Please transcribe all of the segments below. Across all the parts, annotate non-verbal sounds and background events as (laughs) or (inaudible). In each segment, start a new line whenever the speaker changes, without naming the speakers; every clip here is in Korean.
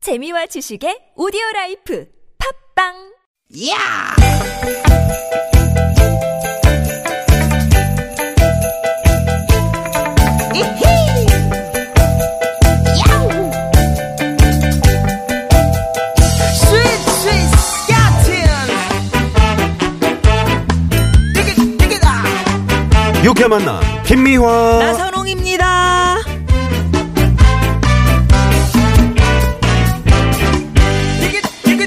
재미와 지식의 오디오 라이프 팝빵
야! 이히! 야우! 스윗 스윗 스캇틴! 디귿 디귿아!
유쾌 만남 김미화
나선홍입니다. 디귿 디귿 디귿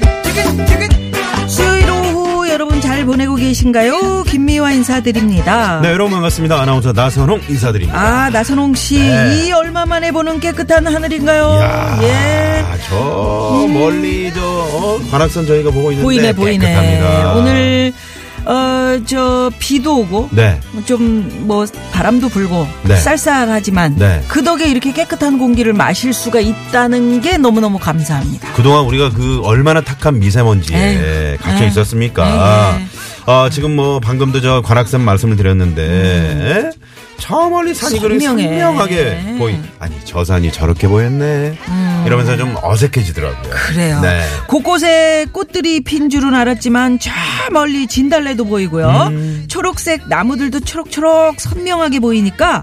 디귿
수요일 오후 여러분 잘 보내고 계신가요? 김미화 인사드립니다.
네 여러분 반갑습니다 아나운서 나선홍 인사드립니다
아 나선홍 씨, 이 얼마 만에 보는 깨끗한 하늘인가요?
네. 이야
예. 음.
저 멀리 저 어, 관악산 저희가 보고 있는데
보이네 보이네.
깨끗합니다.
오늘 어 저 비도 오고
네
좀 뭐 바람도 불고
네.
쌀쌀하지만
네.
그 덕에 이렇게 깨끗한 공기를 마실 수가 있다는 게 너무너무 감사합니다.
그동안 우리가 그 얼마나 탁한 미세먼지에
에휴,
갇혀
에휴,
있었습니까
에휴, 에휴.
아 지금 뭐 방금도 저 관악산 말씀을 드렸는데 저 멀리 산이 그렇게
음. 선명해.
선명하게 보이 아니 저 산이 저렇게 보였네 이러면서 좀 어색해지더라고요
음. 그래요.
네.
곳곳에 꽃들이 핀 줄은 알았지만 저 멀리 진달래도 보이고요.
음.
초록색 나무들도 초록초록 선명하게 보이니까 아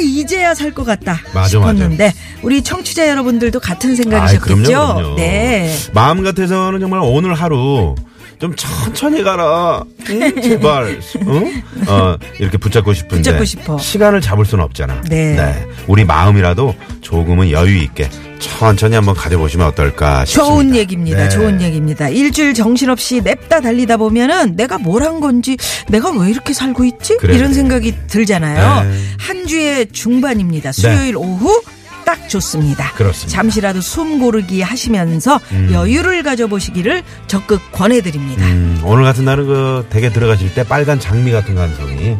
이제야 살 것 같다
맞아, 맞아.
싶었는데 우리 청취자 여러분들도 같은
아이,
생각이셨겠죠? 네.
마음 같아서는 정말 오늘 하루 좀 천천히 가라. 응? 제발. 응? 어, 이렇게 붙잡고 싶은데.
음. 붙잡고 싶어.
시간을 잡을 수는 없잖아.
네.
우리 마음이라도 조금은 여유 있게 천천히 한번 가져보시면 어떨까 싶습니다.
좋은 얘기입니다.
네.
좋은 얘기입니다. 일주일 정신없이 냅다 달리다 보면은 내가 뭘 한 건지 내가 왜 이렇게 살고 있지?
그래,
이런
그래.
생각이 들잖아요.
네.
한 주의 중반입니다. 수요일 오후 딱 좋습니다.
그렇습니다.
잠시라도 숨 고르기 하시면서 여유를 가져보시기를 적극 권해드립니다.
음, 오늘 같은 날은 그 댁에 들어가실 때 빨간 장미 같은 감성이 네,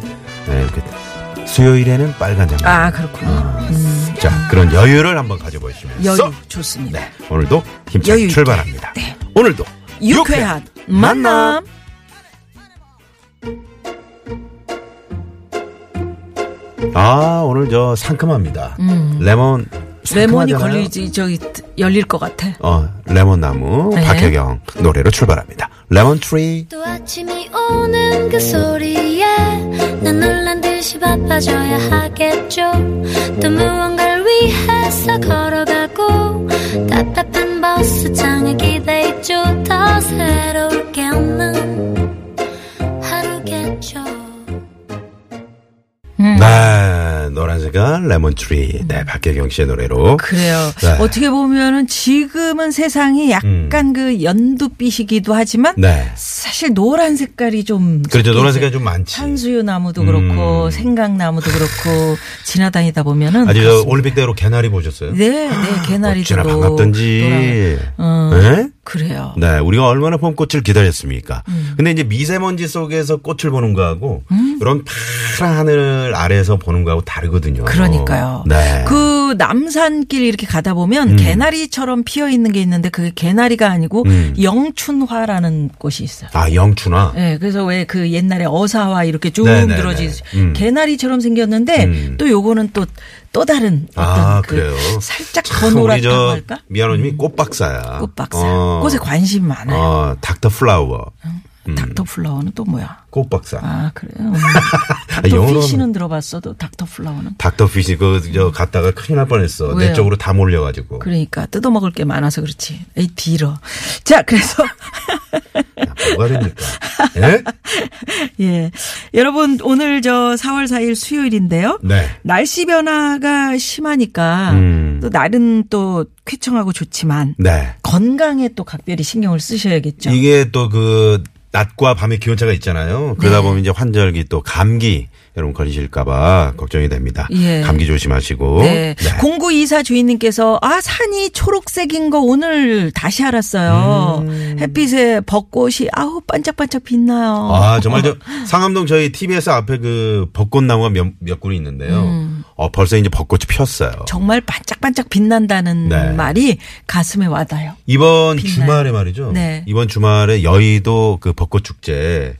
이렇게 수요일에는 빨간 장미.
아 그렇구나. 음,
자, 그런 여유를 한번 가져보시면서
여유 좋습니다.
네, 오늘도 힘차게
여유 있게.
출발합니다.
네.
오늘도
유쾌한 만남.
아 오늘 저 상큼합니다. 레몬
음. 레몬이
상큼하잖아요.
걸리지 저기 열릴 것 같아.
어 레몬 나무
네.
박혜경 노래로 출발합니다. 레몬 트리
또 아침이 오는 그 소리에 난 놀란 듯이 바빠져야 하겠죠 또 무언가를 위해서 걸어가고 답답한 버스장에 기대있죠 더 새로울 게 없는 하루겠죠
음.
네 노란색은 레몬 트리 네 박혜경 씨의 노래로
그래요.
네.
어떻게 보면은 지금은 세상이 약간 그 연두빛이기도 하지만
음. 네
사실 노란 색깔이 좀
그렇죠
섞여
노란색이
있어요.
좀 많지.
산수유 나무도 그렇고
음.
생강나무도 그렇고 지나다니다 보면은
아주 저
그렇습니다.
올림픽대로 개나리 보셨어요?
네, 네, 개나리도
어찌나 반갑던지.
노란- 어,
네?
그래요.
네, 우리가 얼마나 봄꽃을 기다렸습니까?
음.
근데 이제 미세먼지 속에서 꽃을 보는 거하고 이런 파란 하늘 아래에서 보는 거하고 다르거든요.
그러니까요.
네.
그 남산길 이렇게 가다 보면 개나리처럼 피어 있는 게 있는데 그게 개나리가 아니고
음.
영춘화라는 꽃이 있어요.
아, 영춘아.
예, 그래서 왜 그 옛날에 어사화 이렇게 쭉
네네네.
늘어진
음.
개나리처럼 생겼는데
음.
또 요거는 또 또 다른 어떤
아,
그
그래요?
살짝 더
참, 우리
노랗다고
저
할까? 음.
미아노님이 꽃박사야.
꽃박사.
어,
꽃에 관심 많아요.
어, 닥터 플라워.
닥터 플라워는 또 뭐야?
꽃박사.
아,
(laughs)
그래요?
음. 아,
닥터
영어로
피쉬는 들어봤어도 닥터 플라워는
닥터 피시 그저 갔다가 큰일 날 뻔했어. 내
왜요?
쪽으로 다 몰려가지고.
그러니까 뜯어먹을 게 많아서 그렇지. 에이, 뒤러. 자, 그래서 (laughs)
야, 뭐가 됩니까? 예?
예. 여러분, 오늘 저 4월 4일 수요일인데요.
네.
날씨 변화가 심하니까
음.
또 날은 또 쾌청하고 좋지만
네.
건강에 또 각별히 신경을 쓰셔야겠죠.
이게 또 그 낮과 밤의 기온차가 있잖아요. 그러다
네.
보면 이제 환절기 또 감기 여러분 걸리실까봐 걱정이 됩니다.
예.
감기 조심하시고.
네. 공구 이사 주인님께서 아 산이 초록색인 거 오늘 다시 알았어요. 햇빛에 벚꽃이 아우 반짝반짝 빛나요.
음. 아 정말 저 상암동 저희 TBS 앞에 그 벚꽃나무가 몇, 몇 그루 있는데요. 어 벌써 이제 벚꽃이 폈어요.
음. 정말 반짝반짝 빛난다는
네.
말이 가슴에 와닿아요.
이번
빛나요.
주말에 말이죠.
네. 음.
이번 주말에 여의도 그 벚꽃 축제.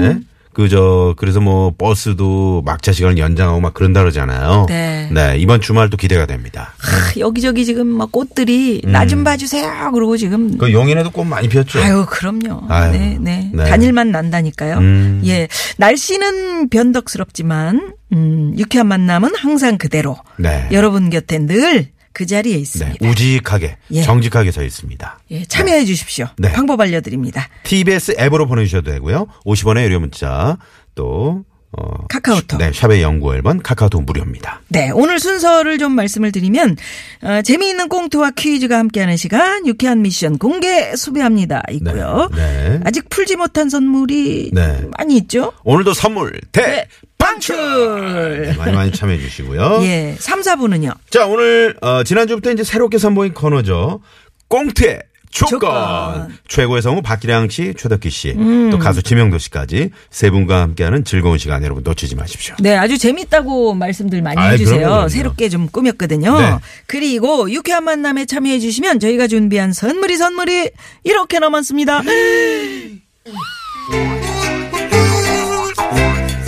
예? 그저 그래서 뭐 버스도 막차 시간을 연장하고 막 그런다 그러잖아요.
네.
이번 주말도 기대가 됩니다.
크, 여기저기 지금 막 꽃들이
음.
나 좀 봐주세요. 그러고 지금
그 용인에도 꽃 많이 피었죠.
아유, 그럼요.
아유,
네, 네.
네. 음.
단일만 난다니까요. 예. 날씨는 변덕스럽지만, 음, 유쾌한 만남은 항상 그대로.
네.
여러분 곁에 늘 그 자리에
네,
있습니다.
우직하게
예.
정직하게 서 있습니다.
예, 참여해 주십시오.
네.
방법 알려드립니다.
TBS 앱으로 보내주셔도 되고요. 50원의 유료 문자 또 어,
카카오톡.
네, 샵의 연구 1번 카카오톡 무료입니다.
네, 오늘 순서를 좀 말씀을 드리면 어, 재미있는 꽁트와 퀴즈가 함께하는 시간 유쾌한 미션 공개 수배합니다 있고요.
네, 네.
아직 풀지 못한 선물이
네.
많이 있죠.
오늘도 선물 대방출
네, 방출!
네, 많이 많이 참여해 주시고요.
(laughs) 예, 3, 4분은요.
자 오늘 어, 지난주부터 이제 새롭게 선보인 코너죠. 꽁트의 조건.
조건. 음.
최고의 성우 박기량 씨, 최덕기 씨, 또 가수 지명도 씨까지 세 분과 함께하는 즐거운 시간 여러분 놓치지 마십시오.
네, 아주 재밌다고 말씀들 많이
아이,
해주세요.
그럼요, 그럼요.
새롭게 좀 꾸몄거든요.
네.
그리고 유쾌한 만남에 참여해 주시면 저희가 준비한 선물이 선물이 이렇게 남았습니다. (gasps)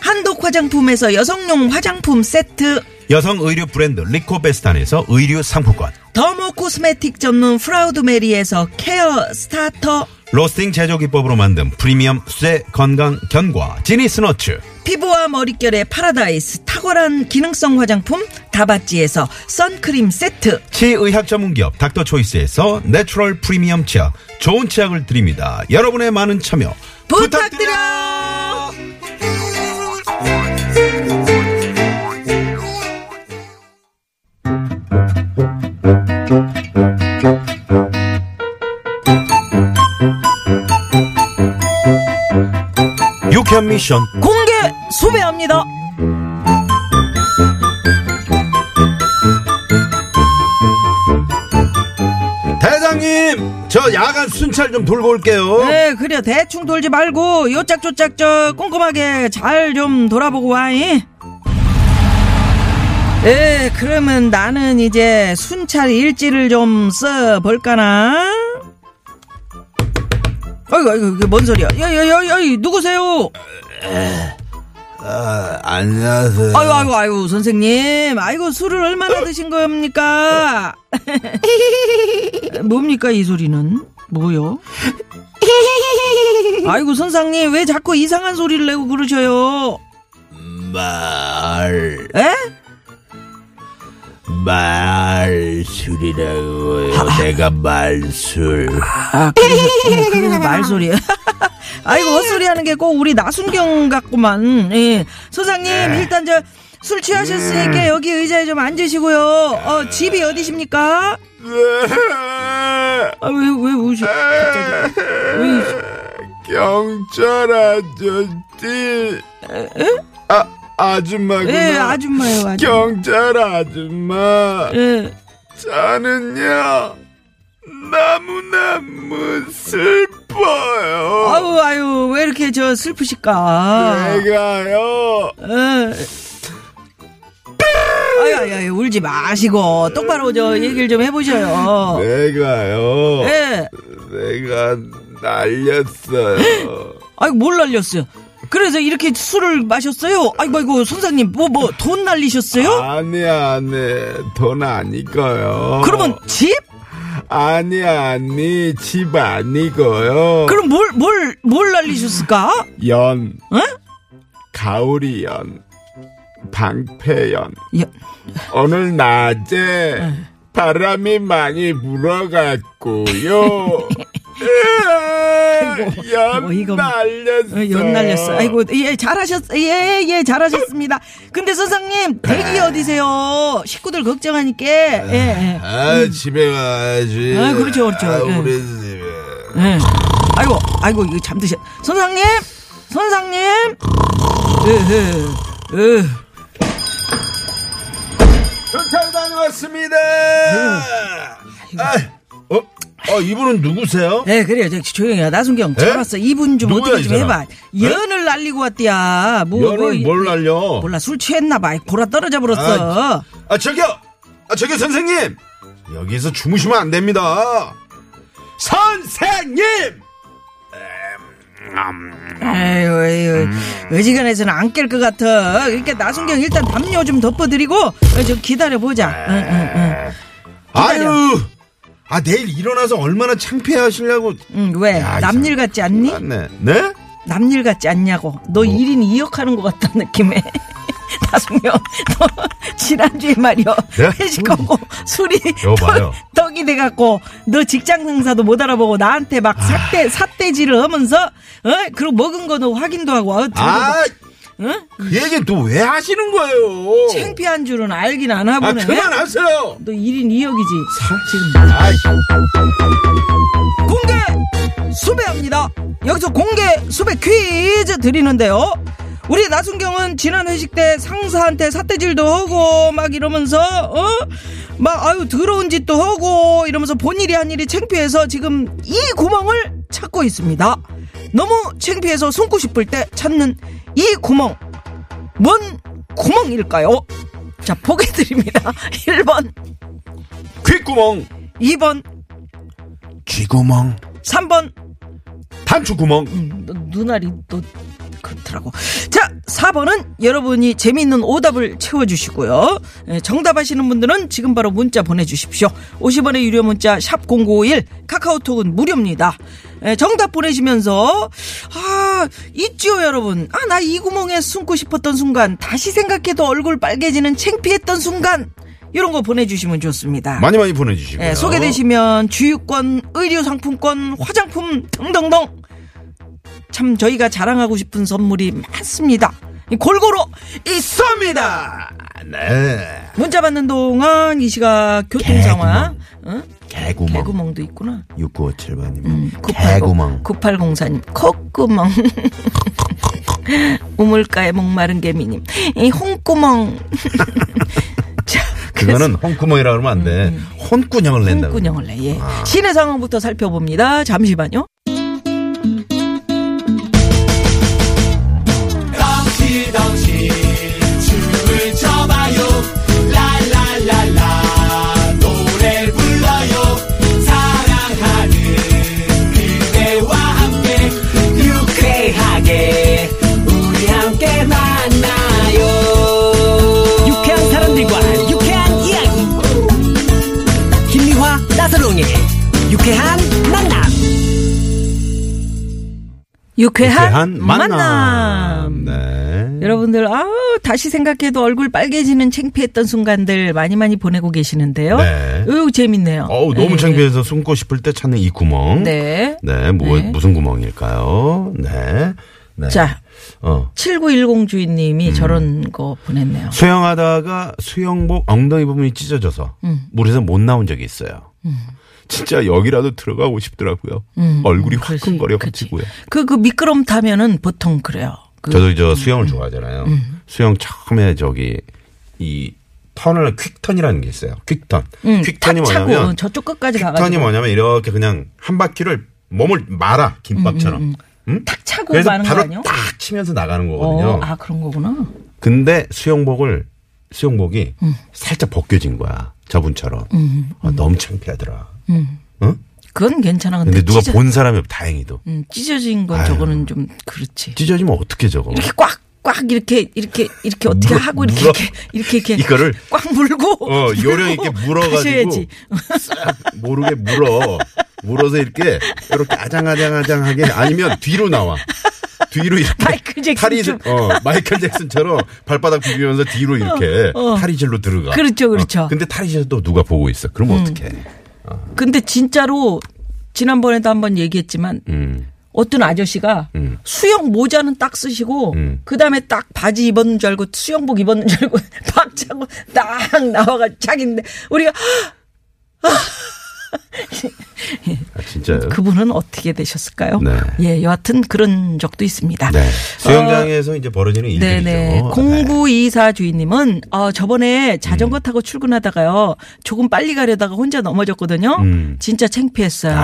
한독 화장품에서 여성용 화장품 세트
여성 의류 브랜드 리코베스탄에서 의류 상품권
더모 코스메틱 전문 프라우드메리에서 케어 스타터
로스팅 제조 기법으로 만든 프리미엄 쇠 건강 견과 지니스너츠
피부와 머릿결의 파라다이스 탁월한 기능성 화장품 다바찌에서 선크림 세트
치의학 전문기업 닥터초이스에서 내추럴 프리미엄 치약 좋은 치약을 드립니다. 여러분의 많은 참여
부탁드려
유쾌한 미션
공개 수배합니다
대장님 저 야간 순찰 좀 돌고 올게요.
네, 그래 대충 돌지 말고 요짝조짝 저 꼼꼼하게 잘 좀 돌아보고 와이. 예, 그러면 나는 이제 순찰 일지를 좀 써볼까나? 어이구, 어이구, 이게 뭔 소리야? 야, 야, 야, 야, 이 누구세요?
아, 안녕하세요.
아유, 아유, 아유, 선생님. 아이고, 술을 얼마나 드신 겁니까? 뭡니까, 이 소리는? 뭐요? 아이고, 선생님, 왜 자꾸 이상한 소리를 내고 그러셔요?
말,
에?
말술이라고요. 내가 말술.
아, 그래서, 음, 그래서 말소리예요 (laughs) 아이고, 헛소리 하는 게 꼭 우리 나순경 같구만. 예. 선생님, 일단 저, 술 취하셨으니까 여기 의자에 좀 앉으시고요. 어, 집이 어디십니까? 아, 왜, 왜 우셔? 갑자기. 왜
(laughs) 경찰 아저씨. 아, 아줌마구나.
예, 아줌마요, 아줌마.
경찰 아줌마.
예.
저는요, 너무너무 슬퍼요.
아유, 아유, 왜 이렇게 저 슬프실까?
예.
내가요,
예. 아유, 아유, 아유, 울지 마시고, 똑바로 저 얘기를 좀 해보셔요.
네.
내가요,
예.
내가 날렸어요.
아이고, 뭘 날렸어요? 그래서 이렇게 술을 마셨어요? 아이고, 아이고, 선생님, 뭐, 뭐, 돈 날리셨어요?
아니 아니 돈
어.
아니고요.
그러면 집?
아니 아니 집 아니고요.
그럼 뭘, 뭘, 뭘 날리셨을까?
연
응?
가오리 연 방패 연
예.
오늘 낮에 바람이 많이
(laughs)
불어갔고요. 예,
아이고, 어이가
연
없네.
날렸어.
어,
네.
연 날렸어. 아이고, 예, 잘하셨, 예, 예, 잘하셨습니다. 근데 선생님, 댁이 어디세요? 식구들 걱정하니까, 예, 예.
아 집에 가야지.
아, 그렇죠, 그렇죠.
아,
예.
우리 집에.
예. 아이고, 아이고, 이거 잠드셔. 선상님! 선상님! 으흐, 으.
박탈 당했습니다.
네.
아, 어, 어, 이분은 누구세요?
예, 그래요. 저, 조용히 해. 나순경, 잘 왔어. 이분 좀
예? 누구야,
어떻게
이
좀
사람? 예?
해봐. 연을 날리고 왔디야. 뭐,
연을
뭐,
뭘 날려?
몰라. 술 취했나봐. 아이, 보라 떨어져 버렸어.
아 저기요, 아 저기요 선생님 여기서 주무시면 안 됩니다. 선생님,
아유, 에휴.
음.
어지간해서는 안 깰 것 같아. 그러니까 나순경 일단 담요 좀 덮어드리고, 어, 좀
아.
기다려보자. 응, 응, 응.
아유, 아 내일 일어나서 얼마나 창피하시려고.
응, 왜?
야, 이
남일
사람.
같지 않니?
네, 네?
남일 같지 않냐고.
어.
너 1인 2역 하는 것 같다는 느낌에. (laughs) 나순경, 너 지난주에 말이야.
네?
회식하고 술이
여봐요.
떡- 떡이 돼갖고 너 직장 상사도 못 알아보고 나한테 막 삿대, 삿대질을 하면서 어? 그리고 먹은 거 너 확인도 하고 어?
아,
응?
그 얘기 또 왜 하시는 거예요?
창피한 줄은 알긴 안
아
하보네.
그만하세요.
너 1인 2역이지. 지금
아이,
공개 수배합니다. 여기서 공개 수배 퀴즈 드리는데요. 우리 나순경은 지난 회식 때 상사한테 삿대질도 하고 막 이러면서 어? 막 아유 더러운 짓도 하고 이러면서 본일이 한 일이 창피해서 지금 이 구멍을 찾고 있습니다. 너무 창피해서 숨고 싶을 때 찾는 이 구멍 뭔 구멍일까요? 자 보게드립니다. (laughs) 1번,
귓구멍,
2번,
쥐구멍,
3번
단추구멍.
너 눈알이 또 그렇더라고. 자, 4번은 여러분이 재미있는 오답을 채워주시고요. 예, 정답 아시는 분들은 지금 바로 문자 보내주십시오. 50원의 유료 문자 샵 0951 카카오톡은 무료입니다. 예, 정답 보내시면서 아 있죠 여러분. 아 나 이 구멍에 숨고 싶었던 순간 다시 생각해도 얼굴 빨개지는 창피했던 순간 이런 거 보내주시면 좋습니다.
많이 많이 보내주시고요.
예, 소개되시면 주유권, 의류 상품권, 화장품 등등등. 참 저희가 자랑하고 싶은 선물이 많습니다. 이 골고루 있습니다.
네.
문자 받는 동안 이 시각 교통 상황. 응?
개구멍.
개구멍도 있구나.
6957번님.
980,
개구멍.
9804님, 콧구멍. (laughs) 우물가에 목마른 개미님, 이 홍구멍. 자, 그래서
그거는 홍구멍이라고 그러면 안 돼. 음, 혼구녕을 낸다고.
홍군형을 내. 예.
아.
시내 상황부터 살펴봅니다. 잠시만요.
유쾌한 사람들과 유쾌한 이야기 김미화 나서롱의 유쾌한 만남
유쾌한,
대한
만남.
만남. 네.
여러분들 아 다시 생각해도 얼굴 빨개지는 창피했던 순간들 많이 많이 보내고 계시는데요.
네.
으 재밌네요.
어우, 너무
네.
창피해서 숨고 싶을 때 찾는 이 구멍.
네.
네, 뭐,
네.
무슨 구멍일까요? 네. 네.
자,
어.
7910 주인님이
음.
저런 거 보냈네요.
수영하다가 수영복 엉덩이 부분이 찢어져서 물에서 못 나온 적이 있어요. 진짜 여기라도 들어가고 싶더라고요. 얼굴이
음, 그렇지,
화끈거려가지고요.
그, 그 미끄럼 타면은 보통 그래요. 그 음.
저도 저 수영을 좋아하잖아요. 수영 처음에 저기 이 턴을 퀵턴이라는 게 있어요. 퀵턴.
응,
퀵턴이
탁 음, 차고
뭐냐면
저쪽 끝까지
퀵턴이
가가지고
뭐냐면 이렇게 그냥 한 바퀴를 몸을 말아
음,
김밥처럼. 응?
탁 차고
그래서
가는 거
바로
아니요?
딱 치면서 나가는 거거든요.
어, 아 그런 음. 거구나.
근데 수영복을 수영복이 살짝 벗겨진 거야. 저분처럼.
음,
아, 너무 창피하더라. 응?
그건 괜찮아. 음. 근데,
근데 누가
찢어,
본 사람이 다행히도
음, 찢어진 건
아유.
저거는 좀 그렇지.
찢어지면 어떻게 저거?
이렇게 꽉, 꽉 이렇게 이렇게 이렇게 어떻게
물어-
하고 이렇게
물어-
이렇게 이렇게 이렇게
이거를
꽉 물고
어, 요령 있게
물고
물어가지고
가셔야지.
싹 모르게 물어. 물어서 이렇게 이렇게 아장아장아장하게 아니면 뒤로 나와. 뒤로 이렇게
마이클 잭슨
탈이
좀.
어, 마이클 잭슨처럼 발바닥 비비면서 뒤로 이렇게
어, 어.
탈의실로 들어가.
그렇죠, 그렇죠. 음.
어, 근데 탈의실에서 또 누가 보고 있어. 그러면 어떡해.
근데 진짜로 지난번에도 한번 얘기했지만
음.
어떤 아저씨가
음.
수영 모자는 딱 쓰시고
음.
그다음에 딱 바지 입었는 줄 알고 (laughs) 수영복 입었는 줄 알고 박차고 딱 나와가 자기인데 우리가
아, 진짜요?
그분은 어떻게 되셨을까요?
네.
예, 여하튼 그런 적도 있습니다.
네. 수영장에서 이제 벌어지는 일들이죠.
네네.
네. 음.
0924 주인님은 어, 저번에 자전거 타고 출근하다가요. 조금 빨리 가려다가 혼자 넘어졌거든요.
음. 아.
진짜 창피했어요.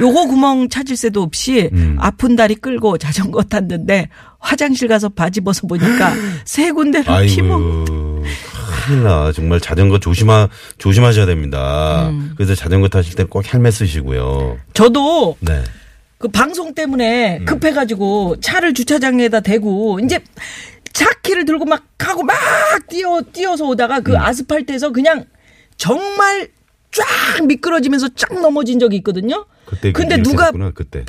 요거 구멍 찾을 새도 없이
음.
아픈 다리 끌고 자전거 탔는데 화장실 가서 바지 벗어
(gasps)
보니까 세 군데로 피멍.
아이고. 큰일 나. 정말 자전거 조심하, 조심하셔야 됩니다.
음.
그래서 자전거 타실 때 꼭 헬멧 쓰시고요.
저도
네.
그 방송 때문에
음.
급해가지고 차를 주차장에다 대고 이제 차키를 들고 막 하고 막 뛰어 뛰어서 오다가
음.
그 아스팔트에서 그냥 정말 쫙 미끄러지면서 쫙 넘어진 적이 있거든요.
그때
근데
이렇게
누가
됐구나, 그때.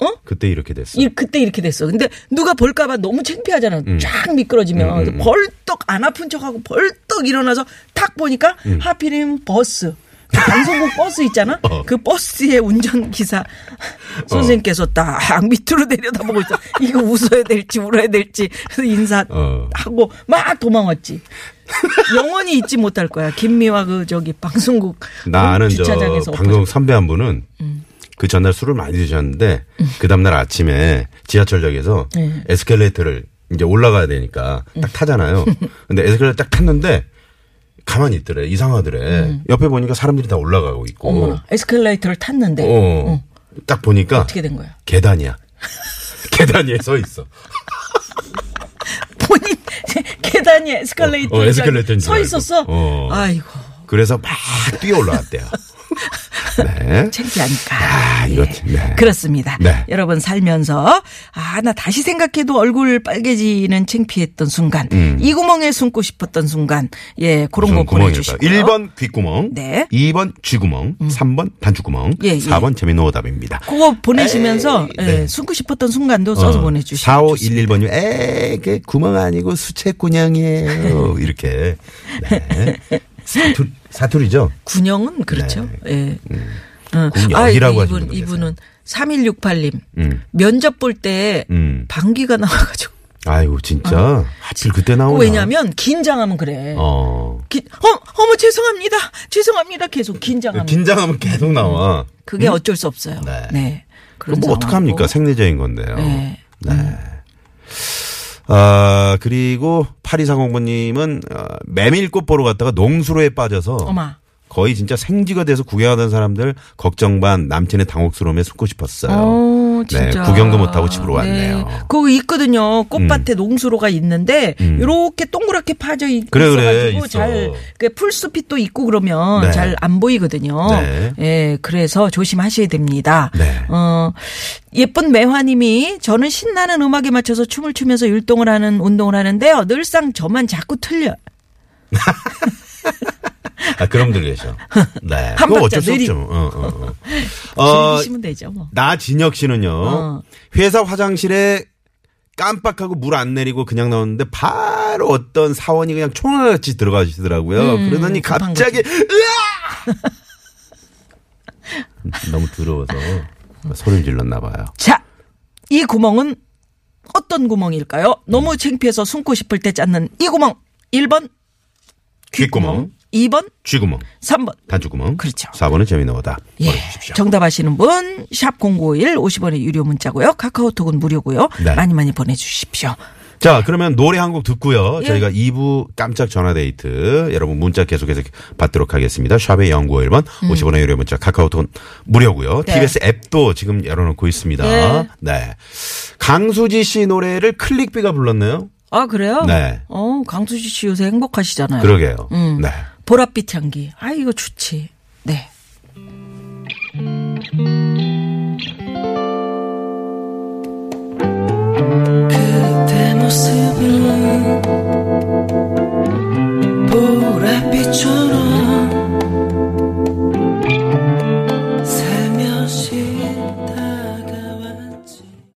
어?
그때 이렇게 됐어.
이, 그때 이렇게 됐어. 근데 누가 볼까봐 너무 창피하잖아.
음.
쫙 미끄러지면 그래서 벌떡 안 아픈 척하고 벌떡 일어나서 탁 보니까
음.
하필이면 버스. 그
(laughs)
방송국 버스 있잖아.
어.
그 버스의 운전기사 선생님께서 딱 밑으로 내려다보고 있어. 이거 웃어야 될지 울어야 될지 그래서
어.
인사하고 막 도망왔지. 영원히 잊지 못할 거야. 김미화 그 저기 방송국 어?
나 아는 저
주차장에서 음.
방송 선배 한 분은 그 전날 술을 많이 드셨는데 그 다음날 아침에 지하철역에서
네. 음.
에스컬레이터를 이제 올라가야 되니까 딱 타잖아요. 근데 에스컬레이터 딱 탔는데 가만히 있더래. 이상하더래. 옆에 보니까 사람들이 다 올라가고 있고.
음. 어머나 에스컬레이터를 탔는데
어. 딱 보니까
어떻게 된 거야?
계단이야. (laughs) 계단 위에 서 있어.
본인 (laughs) 계단이 에스컬레이터
어, 어, 에스컬레이터인 줄
서
알고.
있었어.
어.
아이고
그래서 막 뛰어
(laughs)
올라왔대요. 네.
창피하니까.
아, 이거 네.
그렇습니다.
네.
여러분 살면서 아, 나 다시 생각해도 얼굴 빨개지는 창피했던 순간, 이 구멍에 숨고 싶었던 순간, 예, 그런 거 보내
음. 구멍일까?
주시고요.
1번 귓구멍,
네. 음.
2번 쥐구멍, 3번 단추구멍,
예, 예.
4번 재미노 오답입니다.
그거 보내시면서 예,
네.
숨고 싶었던
어.
순간도 써서 보내 주시고.
4511번님, 에이, 그 구멍 아니고 수채꾼형이에요. 이렇게. 네. 사투리, 사투리죠?
군형은 그렇죠. 예. 응.
네. 음. 군형이라고 하시는
이분
분 계세요.
이분은 3168님.
음.
면접 볼 때
음.
방귀가 나와 가지고
아이고, 진짜. 하필 그때 나오나.
어. 왜냐하면 긴장하면 그래.
어.
기- 어, 어머 죄송합니다. 죄송합니다. 계속 긴장하면
네, 긴장하면 계속 나와.
그게 어쩔 수 없어요.
네.
네.
그럼
그런
뭐 어떡합니까?
상황이고.
생리적인 건데요.
네.
아, 그리고 8240번님은 어, 메밀꽃 보러 갔다가 농수로에 빠져서
어마.
거의 진짜 생쥐가 돼서 구경하던 사람들 걱정 반 남친의 당혹스러움에 숨고 싶었어요.
어, 진짜.
네, 구경도 못하고 집으로 왔네요. 음.
거기 있거든요. 꽃밭에 농수로가 있는데 이렇게 동그랗게 파져 있-
그래,
있어가지고
그래, 있어.
잘 그, 풀숲이 또 있고 그러면
네.
잘 안 보이거든요.
네.
예, 그래서 조심하셔야 됩니다.
네.
어, 예쁜 매화님이 저는 신나는 음악에 맞춰서 춤을 추면서 율동을 하는 운동을 하는데요. 늘상 저만 자꾸 틀려.
아, 그럼 들 계셔. 네.
(laughs) 한
그거
박자
어쩔 수
느리-
없죠. 어, 어, 어. 어,
즐기시면 되죠. 뭐.
나진혁 씨는요.
어.
회사 화장실에 깜빡하고 물 안 내리고 그냥 나오는데 바로 어떤 사원이 그냥 총알같이 들어가시더라고요. 그러더니
음, 급한
갑자기 으아! (laughs) 너무 더러워서 소리를 질렀나 봐요.
자, 이 구멍은 어떤 구멍일까요? 너무 창피해서 숨고 싶을 때 찾는 이 구멍. 1번,
귓구멍,
2번,
쥐구멍,
3번.
단추구멍.
그렇죠.
4번은 재미나오다.
예. 정답 아시는 분, 샵0951 50원의 유료 문자고요. 카카오톡은 무료고요.
네.
많이 많이 보내주십시오.
자, 그러면 노래 한 곡 듣고요.
예.
저희가 2부 깜짝 전화 데이트 여러분 문자 계속해서 받도록 하겠습니다. 샵의 0951번 50원의 유료 문자 카카오톡 무료고요.
음. 네.
TBS 앱도 지금 열어놓고 있습니다.
예.
네. 강수지 씨 노래를 클릭비가 불렀네요.
아, 그래요?
네.
어, 강수지 씨 요새 행복하시잖아요.
그러게요.
음.
네.
보랏빛 향기. 아, 이거 좋지. 네.
그대 모습은 보랏빛처럼